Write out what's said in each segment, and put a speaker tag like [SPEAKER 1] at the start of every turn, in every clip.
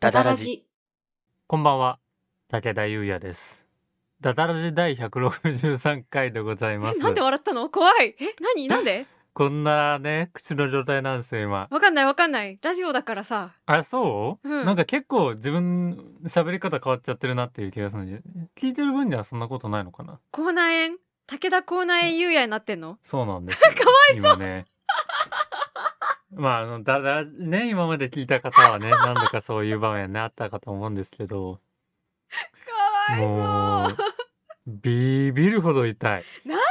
[SPEAKER 1] ダダラジ。
[SPEAKER 2] こんばんは、武田優也です。ダダラジ第163回でございま
[SPEAKER 1] え
[SPEAKER 2] す。
[SPEAKER 1] なんで笑ったの怖い。え、何なんで
[SPEAKER 2] こんなね、口の状態なんですよ、今。
[SPEAKER 1] わかんないわかんない。ラジオだからさ。
[SPEAKER 2] あ、そう、
[SPEAKER 1] うん
[SPEAKER 2] なんか結構自分喋り方変わっちゃってるなっていう気がするんで、聞いてる分にはそんなことないのかな。
[SPEAKER 1] コーナー園武田コーナー園優也になってんの
[SPEAKER 2] そうなん ですよ。かわいそう。今ね。 まあ、あの、ダダラジね、今まで聞いた方 はね、何度かそういう場面ね、あったかと思うんですけど、
[SPEAKER 1] かわいそう。
[SPEAKER 2] も
[SPEAKER 1] な
[SPEAKER 2] う、ビビるほど痛い。
[SPEAKER 1] ん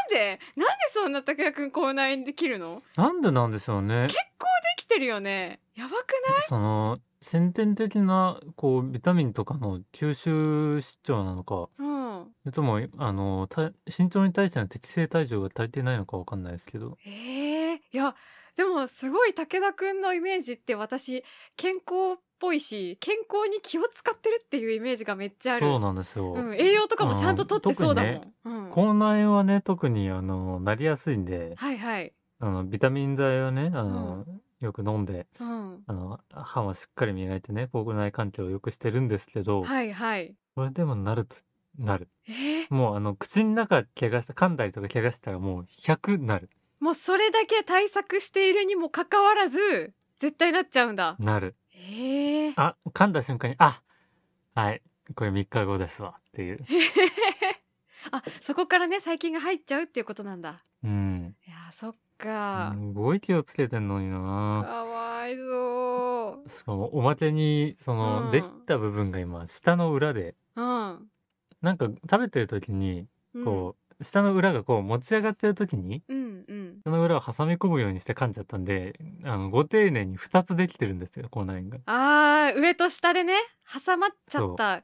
[SPEAKER 1] でなんでそんな武田くんコーナー園できるの
[SPEAKER 2] なんでなんでしょう ね。
[SPEAKER 1] 結構できてるよね。やばくない
[SPEAKER 2] その先天的なこうビタミンとかの吸収失調なのか
[SPEAKER 1] うん。
[SPEAKER 2] いつもあのた身長に対しての適正体重が足りてないのかわかんないですけど
[SPEAKER 1] ええいや、でもすごい武田くんのイメージって私、健康っぽいし、健康に気を使ってるっていうイメージがめっちゃある。
[SPEAKER 2] そうなんですよ、
[SPEAKER 1] うん、栄養とかもちゃんと取ってそうだもん。
[SPEAKER 2] うん特
[SPEAKER 1] うん、
[SPEAKER 2] 口内炎はね特にあのなりやすいんで
[SPEAKER 1] はいはい。
[SPEAKER 2] あのビタミン剤をねあの、よく飲んで
[SPEAKER 1] うん。
[SPEAKER 2] あの歯をしっかり磨いてね口内環境を良くしてるんですけど、
[SPEAKER 1] はいはい。
[SPEAKER 2] これでもなるとなる
[SPEAKER 1] えー、
[SPEAKER 2] もうあの口の中怪我した噛んだりとか怪我したらもう100なる
[SPEAKER 1] もうそれだけ対策しているにもかかわらず、絶対なっちゃうんだ。
[SPEAKER 2] なる
[SPEAKER 1] えー、
[SPEAKER 2] あ噛んだ瞬間にあはいこれ3日後ですわっていう、
[SPEAKER 1] あ、そこからね、細菌が入っちゃうっていうことなんだ。
[SPEAKER 2] うん、
[SPEAKER 1] いやー、そっか
[SPEAKER 2] す。ごい気をつけてんのに
[SPEAKER 1] か
[SPEAKER 2] な
[SPEAKER 1] わいそう。
[SPEAKER 2] しかもおまけにその、
[SPEAKER 1] うん
[SPEAKER 2] できた部分が今下の裏で
[SPEAKER 1] うん。
[SPEAKER 2] なんか食べてる時に
[SPEAKER 1] うん
[SPEAKER 2] こう、下の裏がこう持ち上がってる時に
[SPEAKER 1] うんうん。
[SPEAKER 2] 下の裏を挟み込むようにして噛んじゃったんであのご丁寧に2つできてるんですよ口内炎が。
[SPEAKER 1] あー、上と下でね、挟まっちゃった。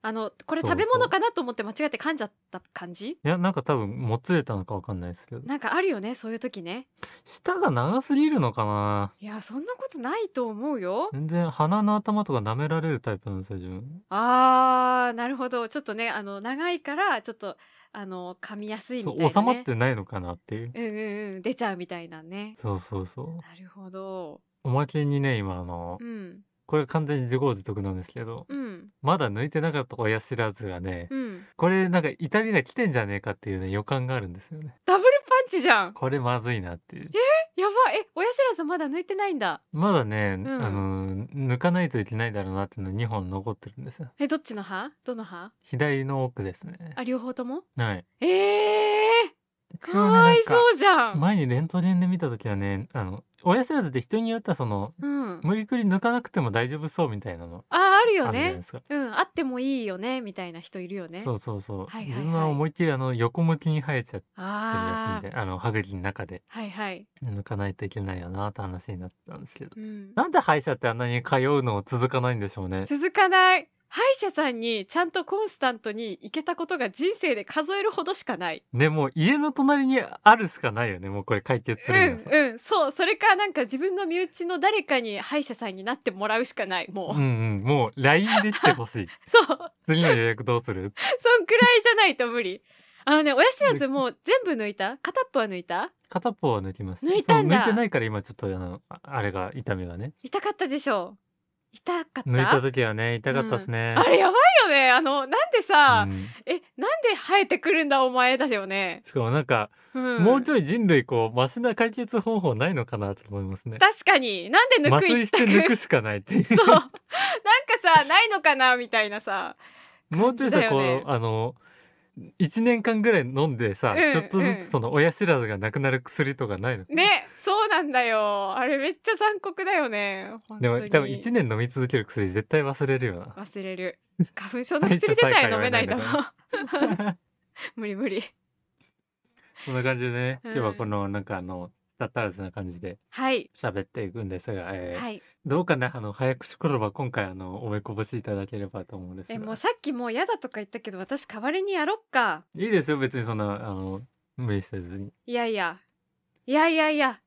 [SPEAKER 1] あの、これ
[SPEAKER 2] そう
[SPEAKER 1] 食
[SPEAKER 2] そう
[SPEAKER 1] べ物かなと思って間違って噛んじゃった感じ
[SPEAKER 2] いやなんか多分もつれたのかわかんないですけど
[SPEAKER 1] なんかあるよね、そういう時ね。
[SPEAKER 2] 舌が長すぎるのかない
[SPEAKER 1] や、そんなことないと思うよ。
[SPEAKER 2] 全然鼻の頭とか舐められるタイプなんですよ自分。
[SPEAKER 1] あーなるほどちょっとねあの長いからちょっとあの噛みやすいみた
[SPEAKER 2] そ
[SPEAKER 1] いうな、ね、
[SPEAKER 2] 収まってないのかなっていう
[SPEAKER 1] うんうんうん出ちゃうみたいなね
[SPEAKER 2] そうそうそう
[SPEAKER 1] なるほど
[SPEAKER 2] おまけにね今あの
[SPEAKER 1] うん
[SPEAKER 2] これ完全に自業自得なんですけど
[SPEAKER 1] うん
[SPEAKER 2] まだ抜いてなかった親知らずがね
[SPEAKER 1] うん
[SPEAKER 2] これなんか痛みが来てんじゃねえかっていうね予感があるんですよね
[SPEAKER 1] ダブルパンチじゃんや
[SPEAKER 2] これまずいなっていう
[SPEAKER 1] ばえ親知らずまだ抜いてないんだ
[SPEAKER 2] まだね、
[SPEAKER 1] ん
[SPEAKER 2] あの抜かないといけないだろうなっていうの2本残ってるんですよ
[SPEAKER 1] えどっちの歯どの歯
[SPEAKER 2] 左の奥ですね
[SPEAKER 1] あ両方とも
[SPEAKER 2] はい
[SPEAKER 1] えー、
[SPEAKER 2] 一
[SPEAKER 1] か
[SPEAKER 2] 応ね
[SPEAKER 1] わい
[SPEAKER 2] なん
[SPEAKER 1] そうじゃ
[SPEAKER 2] か
[SPEAKER 1] ん
[SPEAKER 2] 前にレントゲンで見た時はねあの親知らずって人によってはその
[SPEAKER 1] うん
[SPEAKER 2] 無理くり抜かなくても大丈夫そうみたいなの
[SPEAKER 1] あある
[SPEAKER 2] ある
[SPEAKER 1] よ
[SPEAKER 2] じゃない
[SPEAKER 1] ね
[SPEAKER 2] ですか
[SPEAKER 1] うんあってもいいよねみたいな人いるよね
[SPEAKER 2] そうそうそう、
[SPEAKER 1] はいはいはい
[SPEAKER 2] 自分は思いっきりあの横向きに生えちゃってるら
[SPEAKER 1] あ
[SPEAKER 2] しい
[SPEAKER 1] あ
[SPEAKER 2] んであの歯茎の中で
[SPEAKER 1] はいはい
[SPEAKER 2] 抜かないといけないよなって話になったんですけど
[SPEAKER 1] うん
[SPEAKER 2] なんで歯医者ってあんなに通うのを続かないんでしょ うね
[SPEAKER 1] 続かない歯医者さんにちゃんとコンスタントに行けたことが人生で数えるほどしかない
[SPEAKER 2] ねもう家の隣にあるしかないよねもうこれ解決す
[SPEAKER 1] う
[SPEAKER 2] るにはさ、
[SPEAKER 1] んうんそうそれかなんか自分の身内の誰かに歯医者さんになってもらうしかないも
[SPEAKER 2] う
[SPEAKER 1] う、
[SPEAKER 2] んうんもう LINE で来てほしい
[SPEAKER 1] そうそんくら
[SPEAKER 2] 次の予約どうする
[SPEAKER 1] いじゃないと無理あのね親知らずもう全部抜いた片っぽは抜いた
[SPEAKER 2] 片方は抜きました
[SPEAKER 1] 抜いたんだ
[SPEAKER 2] そう抜いてないから今ちょっとあのああれが痛みがね
[SPEAKER 1] 痛かったでしょ痛かった
[SPEAKER 2] 抜いた時はね痛かったですね、
[SPEAKER 1] あれやばいよねあのなんでさ、
[SPEAKER 2] うん
[SPEAKER 1] えなんで生えてくるんだお前だよね、
[SPEAKER 2] しかもなんか、
[SPEAKER 1] うん、
[SPEAKER 2] もうちょい人類こうマシな解決方法ないのかなと思いますね
[SPEAKER 1] 確かになんで抜
[SPEAKER 2] 麻
[SPEAKER 1] く
[SPEAKER 2] 酔
[SPEAKER 1] 一
[SPEAKER 2] して
[SPEAKER 1] 択
[SPEAKER 2] 抜くしかないっていう
[SPEAKER 1] そうなんかさないのかなみたいなさ
[SPEAKER 2] もうちょいさ、
[SPEAKER 1] 感じ
[SPEAKER 2] こ
[SPEAKER 1] だよね
[SPEAKER 2] うあの1年間ぐらい飲んでさ、
[SPEAKER 1] うん
[SPEAKER 2] ちょっとず
[SPEAKER 1] うん
[SPEAKER 2] つその親知らずがなくなる薬とかないの、
[SPEAKER 1] ねそうなんだよあれめっちゃ残酷だよね本
[SPEAKER 2] で
[SPEAKER 1] 当
[SPEAKER 2] も
[SPEAKER 1] に
[SPEAKER 2] 多分1年飲み続ける薬絶対忘れる よ
[SPEAKER 1] 忘 れる花粉症の薬でさえ飲めないんだもん
[SPEAKER 2] 歯医者な
[SPEAKER 1] 無理無理
[SPEAKER 2] そんな感じでね
[SPEAKER 1] うん
[SPEAKER 2] 今日はこのなんかあのだったらずな感じで
[SPEAKER 1] はい
[SPEAKER 2] 喋っていくんですが、えー
[SPEAKER 1] はい
[SPEAKER 2] どうかなあの早口言葉今回あのおめこぼしいただければと思うんです
[SPEAKER 1] えも
[SPEAKER 2] が
[SPEAKER 1] うさっきもう嫌だとか言ったけど私代わりにやろっか
[SPEAKER 2] いいですよ別にそんなあの無理せずに
[SPEAKER 1] いやいやいやいやいや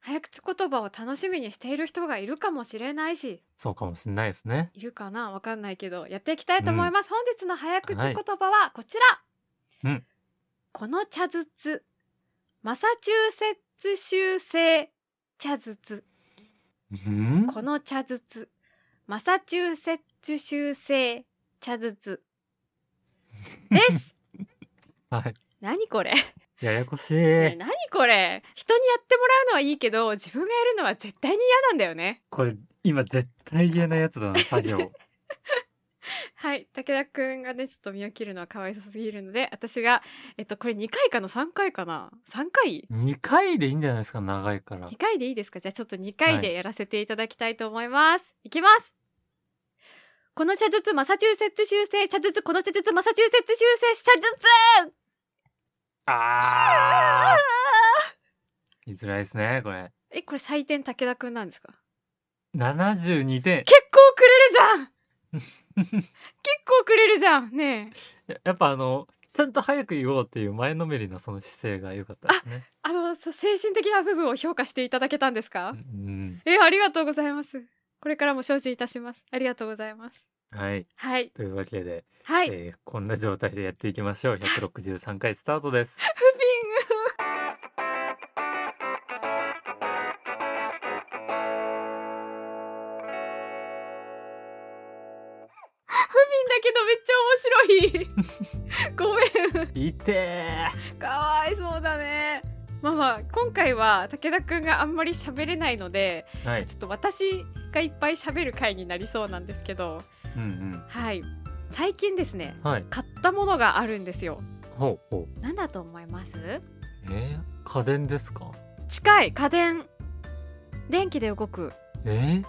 [SPEAKER 1] 早口言葉を楽しみにしている人がいるかもしれないし
[SPEAKER 2] そうかもしれないですね
[SPEAKER 1] いるかなわかんないけどやっていきたいと思います、本日の早口言葉はこちら、
[SPEAKER 2] うん
[SPEAKER 1] この茶筒マサチューセッツ州製茶筒
[SPEAKER 2] うん
[SPEAKER 1] この茶筒マサチューセッツ州製茶筒です
[SPEAKER 2] はい。
[SPEAKER 1] 何これ
[SPEAKER 2] ややこしい。
[SPEAKER 1] ねえ何これ人にやってもらうのはいいけど自分がやるのは絶対に嫌なんだよね
[SPEAKER 2] これ、今絶対言えないやつだな、作 業。
[SPEAKER 1] はい武田くんがねちょっと身を切るのはかわいさすぎるので私がえっとこれ2回かな3回かな3回
[SPEAKER 2] 2回でいいんじゃないですか、長いから
[SPEAKER 1] 2。回でいいですかじゃあちょっと2回でやらせていただきたいと思います、い、きますこの茶筒マサチューセッツ修正茶筒この茶筒マサチューセッツ修正茶筒
[SPEAKER 2] ああ。言いづらいですね、これ。
[SPEAKER 1] えこれ採点武田くんなんですか
[SPEAKER 2] 72点。
[SPEAKER 1] 結構くれるじゃん結構くれるじゃんねえ
[SPEAKER 2] ややっぱあの、ちゃんと早く言おうっていう前のめりのその姿勢が良かったですね。
[SPEAKER 1] あのそ精神的な部分を評価していただけたんですか、
[SPEAKER 2] うん、
[SPEAKER 1] えありがとうございますこれからも精進いたしますありがとうございます
[SPEAKER 2] うんはい。
[SPEAKER 1] はい
[SPEAKER 2] というわけで、
[SPEAKER 1] はい、
[SPEAKER 2] えーこんな状態でやっていきましょう。163回スタート です。
[SPEAKER 1] ピンだけどめっちゃ面白い ごめ
[SPEAKER 2] いて
[SPEAKER 1] んかわいそうだねまあまあ今回は武田くんがあんまり喋れないので
[SPEAKER 2] ーはい。
[SPEAKER 1] ちょっと私がいっぱい喋る回になりそうなんですけど
[SPEAKER 2] うん
[SPEAKER 1] はい最近ですね
[SPEAKER 2] うん。はい。
[SPEAKER 1] 買ったものがあるんですよ
[SPEAKER 2] ほうほう。
[SPEAKER 1] なんだと思います
[SPEAKER 2] えー、家電ですか
[SPEAKER 1] 近い家電電気で動く
[SPEAKER 2] えー、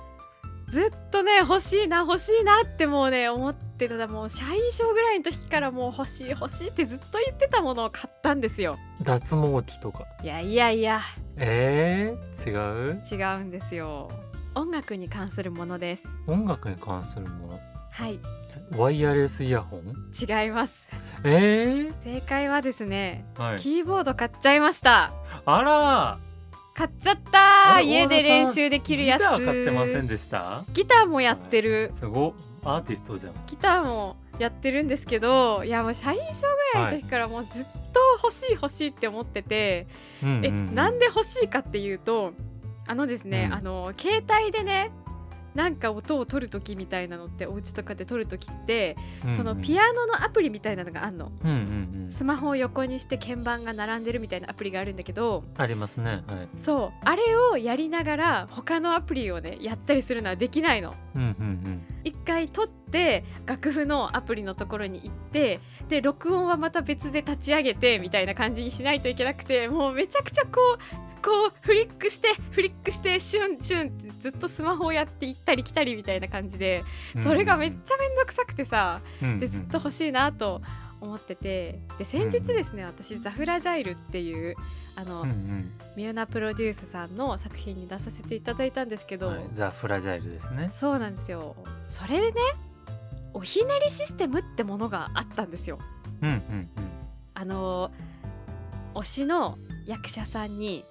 [SPEAKER 1] ずっとね欲しいな欲しいなってもうね思ってたもう社員証ぐらいの時からもう欲しい欲しいってずっと言ってたものを買ったんですよ
[SPEAKER 2] 脱毛器とか。
[SPEAKER 1] いやいやいや
[SPEAKER 2] えー、違う
[SPEAKER 1] 違うんですよ音楽に関するものです
[SPEAKER 2] 音楽に関するも
[SPEAKER 1] はい
[SPEAKER 2] のワイヤレスイヤホン
[SPEAKER 1] 違います
[SPEAKER 2] え
[SPEAKER 1] 正解はですね
[SPEAKER 2] ー、はい。
[SPEAKER 1] キーボード買っちゃいました
[SPEAKER 2] あら
[SPEAKER 1] 買っちゃった
[SPEAKER 2] あれ
[SPEAKER 1] 家
[SPEAKER 2] 大
[SPEAKER 1] で
[SPEAKER 2] 原
[SPEAKER 1] 練
[SPEAKER 2] さん
[SPEAKER 1] 習できるやつ
[SPEAKER 2] ギター買ってませんでした
[SPEAKER 1] ギターもやってる
[SPEAKER 2] すごっアーティストじゃん。
[SPEAKER 1] ギターもやってるんですけどいやもう社員証ぐらいの時からもうずっと欲しい欲しいって思ってて、
[SPEAKER 2] うん
[SPEAKER 1] えなん
[SPEAKER 2] で
[SPEAKER 1] で欲しいかっていうとあのですね、
[SPEAKER 2] うん
[SPEAKER 1] あの携帯でねなんか音を取る時みたいなのってお家とかで取る時って、そのピ
[SPEAKER 2] ア、
[SPEAKER 1] アノのアプリみたいなのがあんの
[SPEAKER 2] うんうんうん、
[SPEAKER 1] スマホを横にして鍵盤が並んでるみたいなアプリがあるんだけど
[SPEAKER 2] ありますね。はい。
[SPEAKER 1] そうあれをやりながら他のアプリをねやったりするのはできないの。
[SPEAKER 2] うんうん
[SPEAKER 1] 一回撮って楽譜のアプリのところに行ってで録音はまた別で立ち上げてみたいな感じにしないといけなくてもうめちゃくちゃこうこうフリックしてフリックしてシュンシュンってずっとスマホをやって行ったり来たりみたいな感じで
[SPEAKER 2] うん。
[SPEAKER 1] それがめっちゃめんどくさくてさでずっと欲
[SPEAKER 2] しい。
[SPEAKER 1] しいなと思っててで先日ですね私ザフラジャイルっていうあの
[SPEAKER 2] うんうん
[SPEAKER 1] ミューナプロデュースさんの作品に出させていただいたんですけど、
[SPEAKER 2] はいザ・フラジャイルですね。
[SPEAKER 1] そうなんですよそれでねおひねりシステムってものがあったんですよ
[SPEAKER 2] うんうん
[SPEAKER 1] あの推しの役者さんに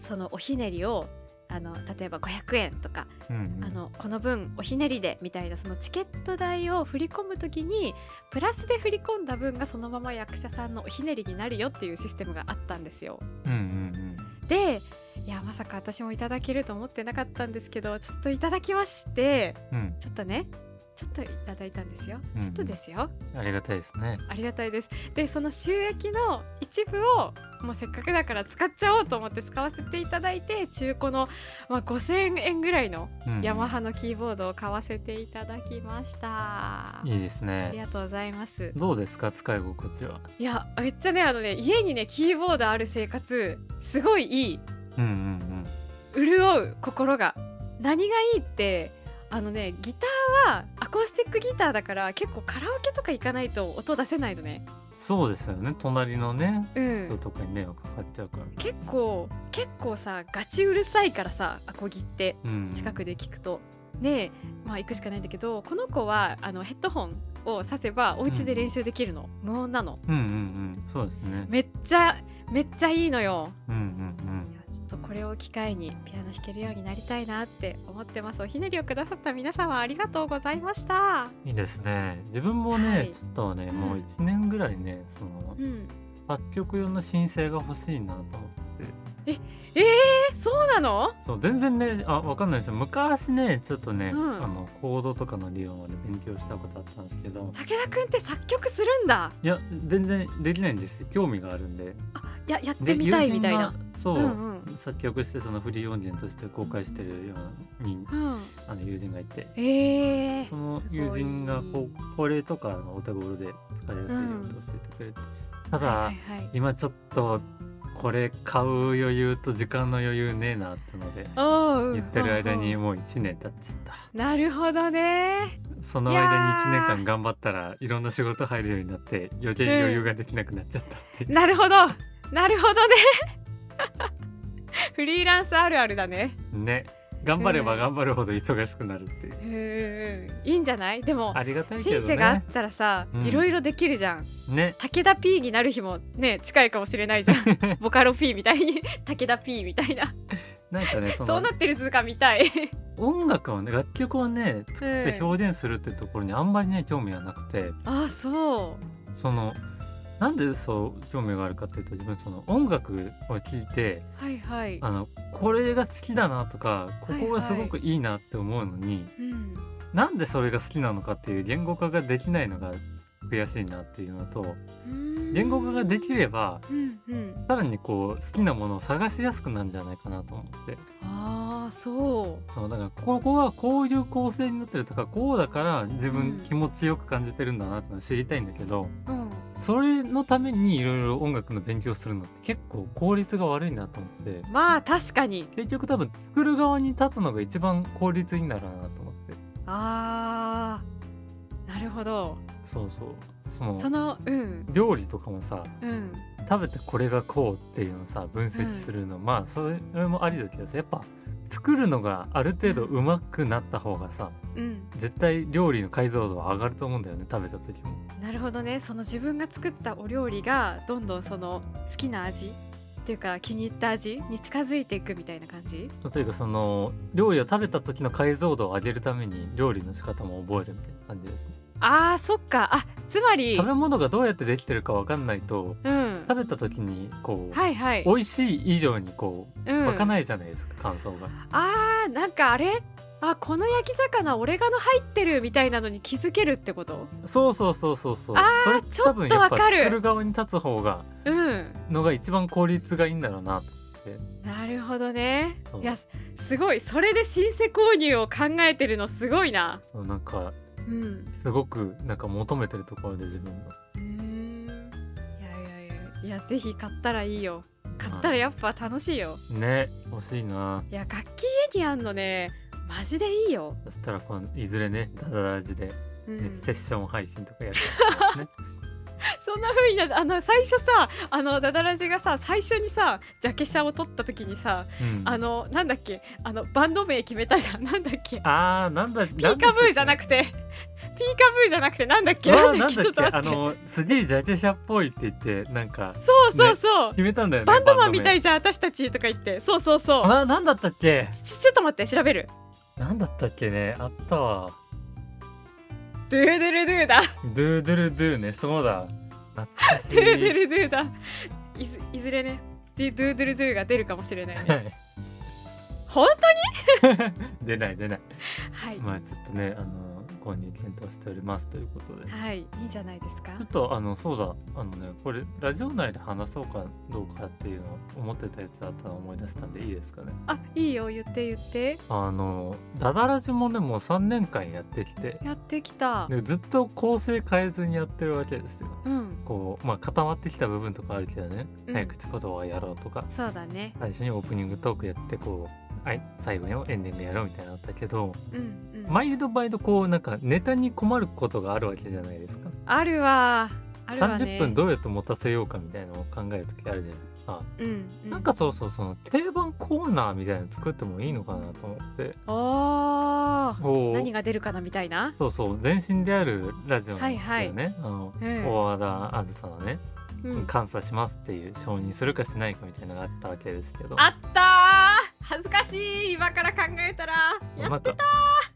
[SPEAKER 1] そのおひねりをあの例えば500円とか、
[SPEAKER 2] うんうんうん。
[SPEAKER 1] あのこの分おひねりでみたいなそのチケット代を振り込む時にプラスで振り込んだ分がそのまま役者さんのおひねりになるよっていうシステムがあったんですよ。
[SPEAKER 2] うんうん
[SPEAKER 1] でいやまさか私もいただけると思ってなかったんですけどちょっといただきまして
[SPEAKER 2] うん
[SPEAKER 1] ちょっとねちょっといただいたんですよ
[SPEAKER 2] うん
[SPEAKER 1] ちょっとですよ、
[SPEAKER 2] うん。ありがたいですね。
[SPEAKER 1] ありがたいですでその収益の一部をもうせっかくだから使っちゃおうと思って使わせていただいて中古の、まあ、5,000円ぐらいの
[SPEAKER 2] うんうん
[SPEAKER 1] ヤマハのキーボードを買わせていただきました、
[SPEAKER 2] いいです
[SPEAKER 1] あり
[SPEAKER 2] ね。
[SPEAKER 1] がとうございます
[SPEAKER 2] どうですか使い心地は。
[SPEAKER 1] いやめっちゃねあのね家にねキーボードある生活すごいいい
[SPEAKER 2] うんうん
[SPEAKER 1] 潤う心が何がいいってあのねギターはアコースティックギターだから結構カラオケとか行かないと音出せないのね
[SPEAKER 2] うん。そうですよね。隣のね
[SPEAKER 1] う
[SPEAKER 2] 人
[SPEAKER 1] ん
[SPEAKER 2] とかに迷惑かかっちゃうから。
[SPEAKER 1] 結構結構さガチうるさいからさアコギって
[SPEAKER 2] うんうん。
[SPEAKER 1] 近くで聞くと、でまあ行くしかないんだけどこの子はあのヘッドホンをさせばお家で練習できるの、無音なの
[SPEAKER 2] うんうんうん。そうですね。
[SPEAKER 1] めっちゃめっちゃいいのよ
[SPEAKER 2] うん
[SPEAKER 1] いやちょっとこれを機会にピアノ弾けるようになりたいなって思ってますおひねりをくださった皆様ありがとうございました
[SPEAKER 2] うんうん。いいですね。自分もね、
[SPEAKER 1] はい
[SPEAKER 2] ちょっとね、
[SPEAKER 1] うん
[SPEAKER 2] もう一年ぐらいね、その
[SPEAKER 1] うん
[SPEAKER 2] 楽曲用の申請が欲しいなと思って
[SPEAKER 1] えそうなの
[SPEAKER 2] そう全然ねあわかんないですよ昔ねちょっとね、
[SPEAKER 1] うん
[SPEAKER 2] あのコードとかの理論まで勉強したことあったんですけど
[SPEAKER 1] 武田くんって作曲するんだ
[SPEAKER 2] いや全然できないんです興味があるんで
[SPEAKER 1] ややっ
[SPEAKER 2] で
[SPEAKER 1] てみたい
[SPEAKER 2] 友人
[SPEAKER 1] みたい
[SPEAKER 2] が
[SPEAKER 1] な
[SPEAKER 2] そう、
[SPEAKER 1] うんうん
[SPEAKER 2] 作曲してそのフリー音源として公開してるような人
[SPEAKER 1] うん
[SPEAKER 2] あの友人がいて
[SPEAKER 1] ええ
[SPEAKER 2] その友人がこ
[SPEAKER 1] す
[SPEAKER 2] うこれとかのお手頃で使いやすいようにと教えてくれて、ただ、
[SPEAKER 1] はいはいはい
[SPEAKER 2] 今ちょっとこれ買う余裕と時間の余裕ねえなってので
[SPEAKER 1] おう
[SPEAKER 2] 言ってる間に
[SPEAKER 1] うんうん
[SPEAKER 2] もう1年経っちゃった
[SPEAKER 1] なるほどね
[SPEAKER 2] その
[SPEAKER 1] い
[SPEAKER 2] 間
[SPEAKER 1] や
[SPEAKER 2] に
[SPEAKER 1] ー
[SPEAKER 2] 1年間頑張ったらいろんな仕事入るようになって余計余裕ができなくなっちゃったっていう、
[SPEAKER 1] なるほどなるほどね フリーランスあるあるだね
[SPEAKER 2] ね頑張れば頑張るほど忙しくなるっていう、
[SPEAKER 1] うんいいんじゃないでも
[SPEAKER 2] ありがたい
[SPEAKER 1] シ
[SPEAKER 2] け
[SPEAKER 1] ン
[SPEAKER 2] ど
[SPEAKER 1] セがあっ
[SPEAKER 2] ね
[SPEAKER 1] たらさ、
[SPEAKER 2] うん
[SPEAKER 1] いろいろできるじゃん
[SPEAKER 2] ね
[SPEAKER 1] 武田 P になる日もね近いかもしれないじ ゃんボカロ P みたいに武田 P みたいな
[SPEAKER 2] なんかね そ
[SPEAKER 1] そう
[SPEAKER 2] の
[SPEAKER 1] なってる図鑑みたい
[SPEAKER 2] 音楽をね楽曲をね作って
[SPEAKER 1] うん
[SPEAKER 2] 表現するってところにあんまりね興味がなくて
[SPEAKER 1] ああそう
[SPEAKER 2] そのなんでそう興味があるかっていうと自分その音楽を聴いて、
[SPEAKER 1] はいはい
[SPEAKER 2] あのこれが好きだなとかここがすご
[SPEAKER 1] は
[SPEAKER 2] くいいなって思うのに、
[SPEAKER 1] うん
[SPEAKER 2] なんでそれが好きなのかっていう言語化ができないのが悔しいなっていうのと
[SPEAKER 1] うん
[SPEAKER 2] 言語化ができれば
[SPEAKER 1] うんうん
[SPEAKER 2] さらにこう好きなものを探しやすくなるんじゃないかなと思って
[SPEAKER 1] ああそ
[SPEAKER 2] そうだからここはこういう構成になってるとかこうだから自
[SPEAKER 1] うん
[SPEAKER 2] 分気持ちよく感じてるんだなっていうのを知りたいんだけど、
[SPEAKER 1] ううん
[SPEAKER 2] それのためにいろいろ音楽の勉強するのって結構効率が悪いなと思って。
[SPEAKER 1] まあ確かに
[SPEAKER 2] 結局多分作る側に立つのが一番効率になるなと思って
[SPEAKER 1] あーなるほど
[SPEAKER 2] そうそうその
[SPEAKER 1] そのうん
[SPEAKER 2] 料理とかもさ
[SPEAKER 1] うん
[SPEAKER 2] 食べてこれがこうっていうのをさ分析するの、まあそれもありだけどさやっぱ作るのがある程度うまくなった方がさ
[SPEAKER 1] うん
[SPEAKER 2] 絶対料理の解像度は上がると思うんだよね食べた時も
[SPEAKER 1] なるほどねその自分が作ったお料理がどんどんその好きな味っていうか気に入った味に近づいていくみたいな感じ
[SPEAKER 2] 例えばその料理を食べた時の解像度を上げるために料理の仕方も覚えるみたいな感じですね
[SPEAKER 1] あーそっかあつまり
[SPEAKER 2] 食べ物がどうやってできてるかわかんないと
[SPEAKER 1] うん
[SPEAKER 2] 食べた時にこう、
[SPEAKER 1] はいはい
[SPEAKER 2] 美味しい以上にこう
[SPEAKER 1] うん
[SPEAKER 2] 湧かないじゃないですか、感想が
[SPEAKER 1] あーなんかあれあこの焼き魚オレガノ入ってるみたいなのに気づけるってこと
[SPEAKER 2] そうそうそうそうそう
[SPEAKER 1] あー
[SPEAKER 2] それ
[SPEAKER 1] ちょっと
[SPEAKER 2] 多分やっぱ
[SPEAKER 1] わかる
[SPEAKER 2] 作る側に立つ方が
[SPEAKER 1] うん
[SPEAKER 2] のが一番効率がいいんだろうなと
[SPEAKER 1] なるほどね
[SPEAKER 2] そう
[SPEAKER 1] いやすすごいそれで新世購入を考えてるのすごいな
[SPEAKER 2] そうなんか
[SPEAKER 1] うん
[SPEAKER 2] すごくなんか求めてるところで自分が
[SPEAKER 1] うーんいやいやいやいやぜひ買ったらいいよ買ったらやっぱ楽しいよ
[SPEAKER 2] ね欲しいない
[SPEAKER 1] や楽器家にあんのねマジでいいよ、
[SPEAKER 2] そしたらこのいずれねダダラジで、ね
[SPEAKER 1] うん、
[SPEAKER 2] セッション配信とかやる ね
[SPEAKER 1] そんな風になあの最初さあのダダラジがさ最初にさジャケ写を撮った時にさ
[SPEAKER 2] うん
[SPEAKER 1] あのなんだっけあのバンド名決めたじゃんなんだっけ
[SPEAKER 2] あーなんだピ
[SPEAKER 1] ピーカブーじゃなくてピーカブーじゃなくてなんだっけ
[SPEAKER 2] なんだっけ
[SPEAKER 1] ちょっと待
[SPEAKER 2] あ
[SPEAKER 1] って
[SPEAKER 2] のすげえジャケシャっぽいって言ってなんか
[SPEAKER 1] そうそうそう、
[SPEAKER 2] 決めたんだよね
[SPEAKER 1] バンドマンみた
[SPEAKER 2] い
[SPEAKER 1] いじゃん私たちとか言ってそうそうそう
[SPEAKER 2] ななんだったっけ
[SPEAKER 1] ちちょっと待って調べる
[SPEAKER 2] なんだったっけねあったわ
[SPEAKER 1] ドゥードゥルドゥーだ
[SPEAKER 2] ドゥードゥルドゥねそうだ懐かしい
[SPEAKER 1] ドゥードゥルドゥーだいずいずれねでドゥードゥルドゥーが出るかもしれない ね本当に
[SPEAKER 2] 出ない出ない
[SPEAKER 1] はい、
[SPEAKER 2] まあちょっとねあの購入検討しておりますということでち
[SPEAKER 1] はいいいじゃないですか
[SPEAKER 2] ょっとあのそうだあのねこれラジオ内で話そうかどうかっていうのを思ってたやつだったのを思い出したんでいいですかね
[SPEAKER 1] あいいよ言って言って
[SPEAKER 2] あのダダラジもねもう3年間やってきて
[SPEAKER 1] やってきた
[SPEAKER 2] でずっと構成変えずにやってるわけですよ
[SPEAKER 1] うん
[SPEAKER 2] こうまあ固まってきた部分とかあるけどね、
[SPEAKER 1] うん
[SPEAKER 2] 早口言葉をやろうとか
[SPEAKER 1] そうだね
[SPEAKER 2] 最初にオープニングトークやってこうはい最後にエンディングやろうみたいなのあったけど
[SPEAKER 1] うんうん
[SPEAKER 2] 毎度毎度こうなんかネタに困ることがあるわけじゃないですか、
[SPEAKER 1] あるわあるわ、ね、
[SPEAKER 2] 30分どうやって持たせようかみたいなのを考える時あるじゃないですか、
[SPEAKER 1] うんう
[SPEAKER 2] なんかそうそうその定番コーナーみたいなの作ってもいいのかなと思って
[SPEAKER 1] おー
[SPEAKER 2] こ
[SPEAKER 1] 何
[SPEAKER 2] う
[SPEAKER 1] が出るかなみたいな
[SPEAKER 2] そうそう前身であるラジオなんですけどね、あの
[SPEAKER 1] うん
[SPEAKER 2] 大和田あずさのね、
[SPEAKER 1] うん
[SPEAKER 2] 監査しますっていう承認するかしないかみたいなのがあったわけですけど
[SPEAKER 1] あったー恥ずかしい今から考えたらや
[SPEAKER 2] なんか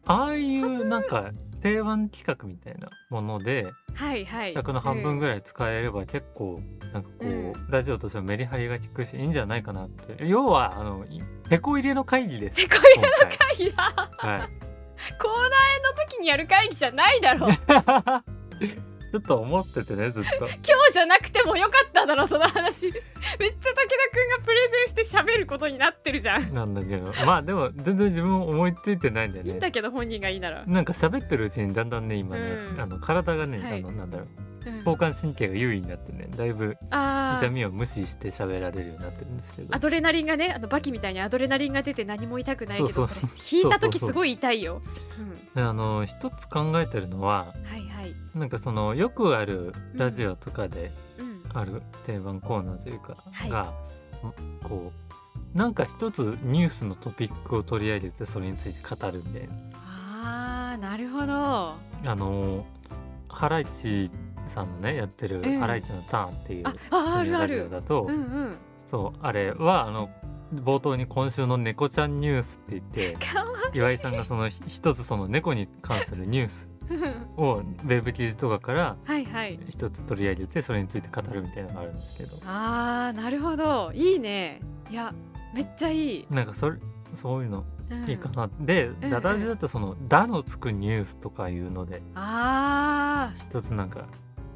[SPEAKER 2] ああいうなんか定番企画みたいなもので
[SPEAKER 1] はいは
[SPEAKER 2] 企
[SPEAKER 1] い
[SPEAKER 2] 画の半分
[SPEAKER 1] らい、
[SPEAKER 2] ぐらい使えれば結構なんかこう、
[SPEAKER 1] うん
[SPEAKER 2] ラジオとしてもメリハリが効くしいいんじゃないかなって要はあのいペコ入れの会議です
[SPEAKER 1] うん、こういう会議だコー
[SPEAKER 2] 今回、はい、
[SPEAKER 1] ナーの時にやる会議じゃない だろう今
[SPEAKER 2] ちょっと思っててねずっと
[SPEAKER 1] 日じゃなくてもよかっただろその話めっちゃ武田くんがプレゼンして喋ることになってるじゃん
[SPEAKER 2] なんだけどまあでも全然自分も思いついてないんだよ
[SPEAKER 1] いい
[SPEAKER 2] ね
[SPEAKER 1] んだけど本人がいいなら、
[SPEAKER 2] なんか喋ってるうちにだんだんね今ね、
[SPEAKER 1] うん
[SPEAKER 2] あの体がね、
[SPEAKER 1] はい
[SPEAKER 2] あのなんだろう
[SPEAKER 1] うん
[SPEAKER 2] 交感神経が優位になってねだいぶ
[SPEAKER 1] あ
[SPEAKER 2] 痛
[SPEAKER 1] ー
[SPEAKER 2] みを無視して喋られるようになってるんですけど
[SPEAKER 1] アドレナリンがねあのバキみたいにアドレナリンが出て何も痛くないけど
[SPEAKER 2] そ
[SPEAKER 1] そう
[SPEAKER 2] そう
[SPEAKER 1] れ引いた
[SPEAKER 2] そうそう
[SPEAKER 1] 時
[SPEAKER 2] そう
[SPEAKER 1] すごい痛いよ、
[SPEAKER 2] であの一つ考えてるのは
[SPEAKER 1] うん、はいはい、
[SPEAKER 2] なんかそのよくあるラジオとかで
[SPEAKER 1] うん、
[SPEAKER 2] ある定番コーナーというか、
[SPEAKER 1] はい
[SPEAKER 2] がんこうなんか一つニュースのトピックを取り上げてそれについて語るんで
[SPEAKER 1] あーなるほど
[SPEAKER 2] あのハライチさんのねやってる
[SPEAKER 1] うん
[SPEAKER 2] 「ハライチのターン」っていう、
[SPEAKER 1] あああ
[SPEAKER 2] そういう
[SPEAKER 1] るあ
[SPEAKER 2] ラジオ
[SPEAKER 1] る
[SPEAKER 2] だと、
[SPEAKER 1] うんうん
[SPEAKER 2] そうあれはあの冒頭に今週の猫ちゃんニュースって言って
[SPEAKER 1] かわ
[SPEAKER 2] 岩井さんがそのひ一つその猫に関するニュース
[SPEAKER 1] いい
[SPEAKER 2] をウェブ記事とかから
[SPEAKER 1] はいはい
[SPEAKER 2] 一つ取り上げてそれについて語るみたいなのがあるんですけど
[SPEAKER 1] あーなるほどいいねいやめっちゃいい、
[SPEAKER 2] なんかそれそういうの
[SPEAKER 1] うん
[SPEAKER 2] いいかな、で
[SPEAKER 1] うん
[SPEAKER 2] ダダラジだとその「だ」のつくニュースとかいうので
[SPEAKER 1] あ
[SPEAKER 2] 一つなんか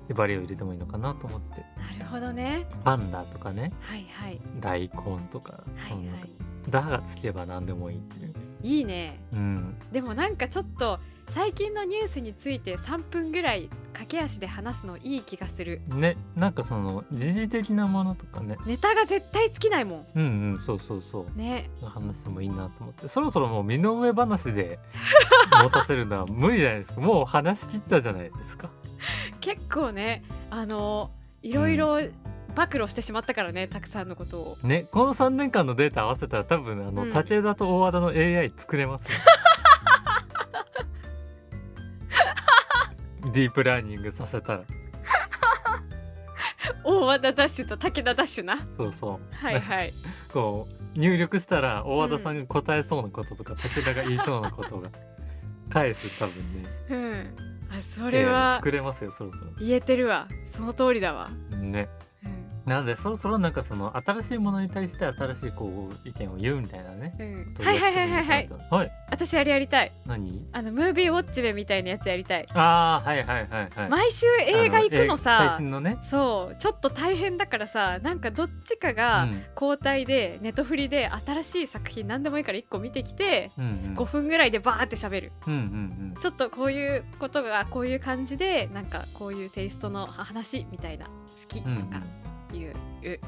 [SPEAKER 2] 粘りを入れてもいいのかなと思って
[SPEAKER 1] ーなるほどね
[SPEAKER 2] パンダとかね
[SPEAKER 1] はいはい
[SPEAKER 2] 大根とか
[SPEAKER 1] は
[SPEAKER 2] その
[SPEAKER 1] い
[SPEAKER 2] な
[SPEAKER 1] は
[SPEAKER 2] んかだ」がつけば何でもいいっていう。
[SPEAKER 1] いいいね
[SPEAKER 2] うん
[SPEAKER 1] でもなんかちょっと最近のニュースについて3分ぐらい駆け足で話すのいい気がする
[SPEAKER 2] ねなんかその時事的なものとかね
[SPEAKER 1] ネタが絶対尽きないも
[SPEAKER 2] うんうんそうそうそ
[SPEAKER 1] んね
[SPEAKER 2] う話してもいいなと思ってそろそろもう身の上話で 持たせるのは無理じゃないですかもう話し切ったじゃないですか
[SPEAKER 1] 結構ねあのいろいろ暴露してしまったからねたくさんのことを
[SPEAKER 2] ねこの3年間のデータ合わせたら多分あの、
[SPEAKER 1] うん
[SPEAKER 2] 武田と大和田の AI 作れ ますよディープラーニングさせたら
[SPEAKER 1] 大和田ダッシュと武田ダッシュな
[SPEAKER 2] そうそう
[SPEAKER 1] はいはい
[SPEAKER 2] こう入力したら大和田さんが答えそうなこととか、武田が言いそうなことが返す多分ね
[SPEAKER 1] うんあ そ
[SPEAKER 2] こ
[SPEAKER 1] れは
[SPEAKER 2] 作れますよそろそろ
[SPEAKER 1] 言えてるわその通りだわ、
[SPEAKER 2] ね
[SPEAKER 1] うん
[SPEAKER 2] なのでそろそろなんかその新しいものに対して新しいこう意見を言うみたいなね
[SPEAKER 1] うん、
[SPEAKER 2] ことを
[SPEAKER 1] は
[SPEAKER 2] や
[SPEAKER 1] い
[SPEAKER 2] っても
[SPEAKER 1] はいはいはいはい
[SPEAKER 2] いかなとはい
[SPEAKER 1] 私あれやりたい
[SPEAKER 2] 何
[SPEAKER 1] あのムービーウォッチメンみたいなやつやりたい、
[SPEAKER 2] ああはいはいはいはい
[SPEAKER 1] 毎週映画行くの
[SPEAKER 2] あえ最
[SPEAKER 1] さ
[SPEAKER 2] 新のね
[SPEAKER 1] そうちょっと大変だからさなんかどっちかが交代でネットフリで新しい作品何でもいいから1個見てきて
[SPEAKER 2] うんうん
[SPEAKER 1] 5分ぐらいでバーって喋る
[SPEAKER 2] うんうんうん
[SPEAKER 1] ちょっとこういうことがこういう感じでなんかこういうテイストの話みたいな好きと
[SPEAKER 2] うんうん
[SPEAKER 1] かいう、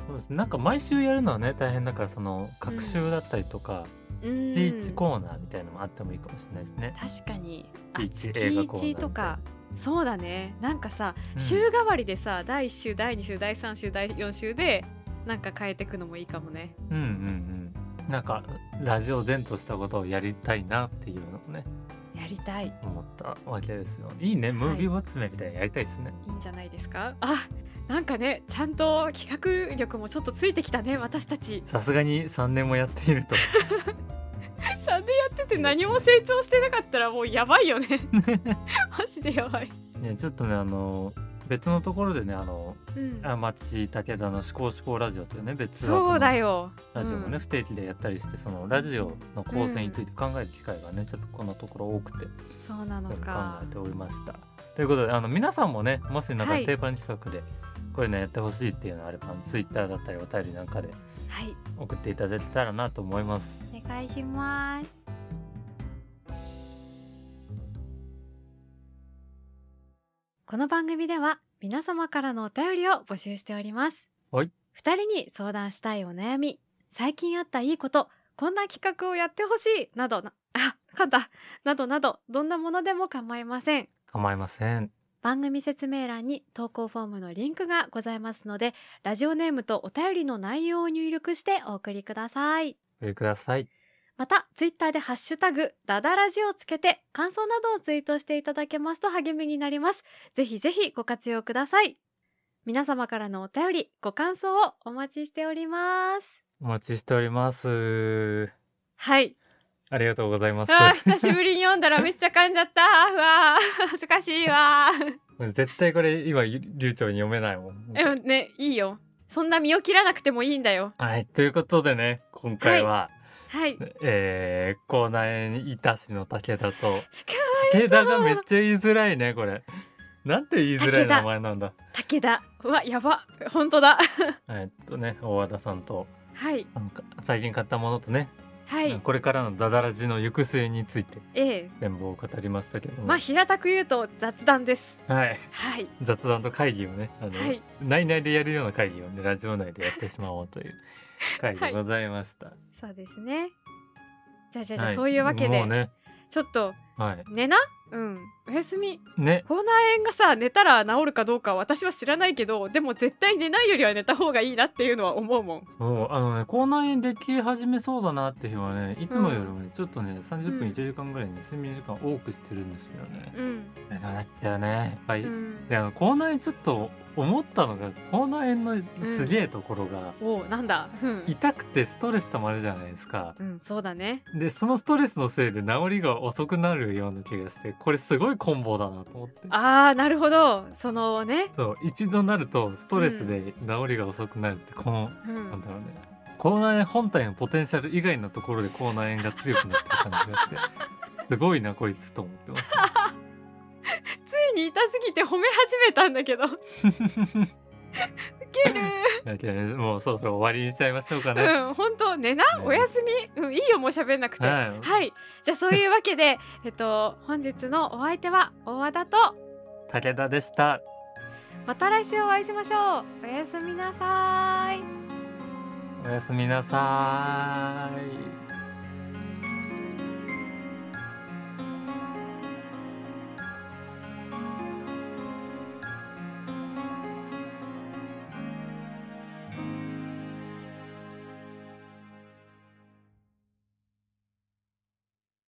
[SPEAKER 2] そうですねなんか毎週やるのはね大変だからその学習だったりとか、
[SPEAKER 1] う
[SPEAKER 2] い
[SPEAKER 1] ん
[SPEAKER 2] ちいちコーナーみたいなのもあってもいいかもしれないですね。
[SPEAKER 1] 確かに
[SPEAKER 2] い
[SPEAKER 1] あ
[SPEAKER 2] ち
[SPEAKER 1] 月
[SPEAKER 2] 映画コーナーみ
[SPEAKER 1] 1
[SPEAKER 2] たい
[SPEAKER 1] とかそうだねなんかさ、
[SPEAKER 2] うん
[SPEAKER 1] 週替わりでさ第1週第2週第3週第4週でなんか変えてくのもいいかもね
[SPEAKER 2] うんうんうんなんかラジオ伝としたことをやりたいなっていうのをね
[SPEAKER 1] やりたい
[SPEAKER 2] 思ったわけですよいいねムービーバッチメンみたいなのやりたいですね、
[SPEAKER 1] いいんじゃないですかあなんかねちゃんと企画力もちょっとついてきたね私たち
[SPEAKER 2] さすがに3年もやっていると
[SPEAKER 1] 3年やってて何も成長してなかったらもうやばいよね マジでやばい、
[SPEAKER 2] ねちょっとねあの別のところでねあの
[SPEAKER 1] うん、
[SPEAKER 2] 「あ町武田の思考思考ラジオ」というね別
[SPEAKER 1] そう
[SPEAKER 2] 枠
[SPEAKER 1] だ
[SPEAKER 2] の
[SPEAKER 1] よ
[SPEAKER 2] ラジオもね、
[SPEAKER 1] うん
[SPEAKER 2] 不定期でやったりしてそのラジオの構成について考える機会がね、ちょっとこのところ多くて
[SPEAKER 1] そうなの
[SPEAKER 2] 考
[SPEAKER 1] か
[SPEAKER 2] えておりました。ということであの皆さんもねもしなんか
[SPEAKER 1] はい
[SPEAKER 2] 定番企画でこういうのやってほしいっていうのがあれば、ツイッターだったりお便りなんかで
[SPEAKER 1] はい
[SPEAKER 2] 送っていただけたらなと思います。
[SPEAKER 1] お願いしますこの番組では皆様からのお便りを募集しております
[SPEAKER 2] はい
[SPEAKER 1] 二人に相談したいお悩み最近あったいいことこんな企画をやってほしいなどなあ、簡単などなどどんなものでも構いません
[SPEAKER 2] 構いません。
[SPEAKER 1] 番組説明欄に投稿フォームのリンクがございますのでラジオネームとお便りの内容を入力してお送りください
[SPEAKER 2] お送りください。
[SPEAKER 1] また、ツイッターでハッシュタグ、ダダラジをつけて、感想などをツイートしていただけますと励みになります。ぜひぜひご活用ください。皆様からのお便り、ご感想をお待ちしております。
[SPEAKER 2] お待ちしております。
[SPEAKER 1] はい。
[SPEAKER 2] ありがとうございます。
[SPEAKER 1] あー久しぶりに読んだらめっちゃ噛んじゃったうわー恥ずかしいわー
[SPEAKER 2] 絶対これ今ゆ流暢に読めないもん。
[SPEAKER 1] でもねいいよそんな身を切らなくてもいいんだよ
[SPEAKER 2] はいということでね今回は、
[SPEAKER 1] はい
[SPEAKER 2] えー、口内いたしの武田と武田がめっちゃ言いづらいねこれ。なんて言いづらい
[SPEAKER 1] 武田
[SPEAKER 2] 名前なんだ。
[SPEAKER 1] 武田うわやば本当だ
[SPEAKER 2] えーっとね大和田さんと
[SPEAKER 1] はい
[SPEAKER 2] あのか最近買ったものとね、
[SPEAKER 1] はい
[SPEAKER 2] これからのダダラジの行く末について
[SPEAKER 1] ええ
[SPEAKER 2] 全貌を語りましたけども、
[SPEAKER 1] まあ平たく言うと雑談です
[SPEAKER 2] はい
[SPEAKER 1] はい
[SPEAKER 2] 雑談と会議をねあの、
[SPEAKER 1] はい
[SPEAKER 2] 内々でやるような会議をねラジオ内でやってしまおうという会でございました。
[SPEAKER 1] そうですねじゃあじゃあじゃあ、
[SPEAKER 2] はい
[SPEAKER 1] そういうわけで、
[SPEAKER 2] もうね
[SPEAKER 1] ちょっと
[SPEAKER 2] はい
[SPEAKER 1] 寝なうんおやすみ
[SPEAKER 2] ね
[SPEAKER 1] 口内炎がさ寝たら治るかどうかは私は知らないけどでも絶対寝ないよりは寝た方がいいなっていうのは思うもん
[SPEAKER 2] もうあのね口内炎でき始めそうだなって日はねいつもよりもねちょっとね30
[SPEAKER 1] う
[SPEAKER 2] 分1
[SPEAKER 1] ん
[SPEAKER 2] 時間ぐらいに睡眠時間多くしてるんですよね。
[SPEAKER 1] うん、
[SPEAKER 2] そうなっちゃうねやっぱり、
[SPEAKER 1] うん、
[SPEAKER 2] であの口内炎ちょっと思ったのが口内炎のすげえところが、
[SPEAKER 1] おうなんだうん、
[SPEAKER 2] 痛くてストレス溜まるじゃないですか。
[SPEAKER 1] うん、そうだね
[SPEAKER 2] でそのストレスのせいで治りが遅くなるような気がしてこれすごいコンボだなと思って。
[SPEAKER 1] あーなるほどそのね、
[SPEAKER 2] そう一度なるとストレスで治りが遅くなるってこの、
[SPEAKER 1] う
[SPEAKER 2] なん
[SPEAKER 1] ん、
[SPEAKER 2] だろうね口内炎本体のポテンシャル以外のところで口内炎が強くなってる感じがしてすごいなこいつと思ってます
[SPEAKER 1] ついに痛すぎて褒め始めたんだけどウケる
[SPEAKER 2] だけどねもうそろそろ終わりにしちゃいましょうかね。
[SPEAKER 1] うん本当寝な、
[SPEAKER 2] ね
[SPEAKER 1] おやすみ、うん、いいよもう喋んなくて
[SPEAKER 2] はい
[SPEAKER 1] じゃあそういうわけでえっと本日のお相手は大和田と
[SPEAKER 2] 武田でした
[SPEAKER 1] また来週お会いしましょうおやすみなさーい
[SPEAKER 2] おやすみなさーい。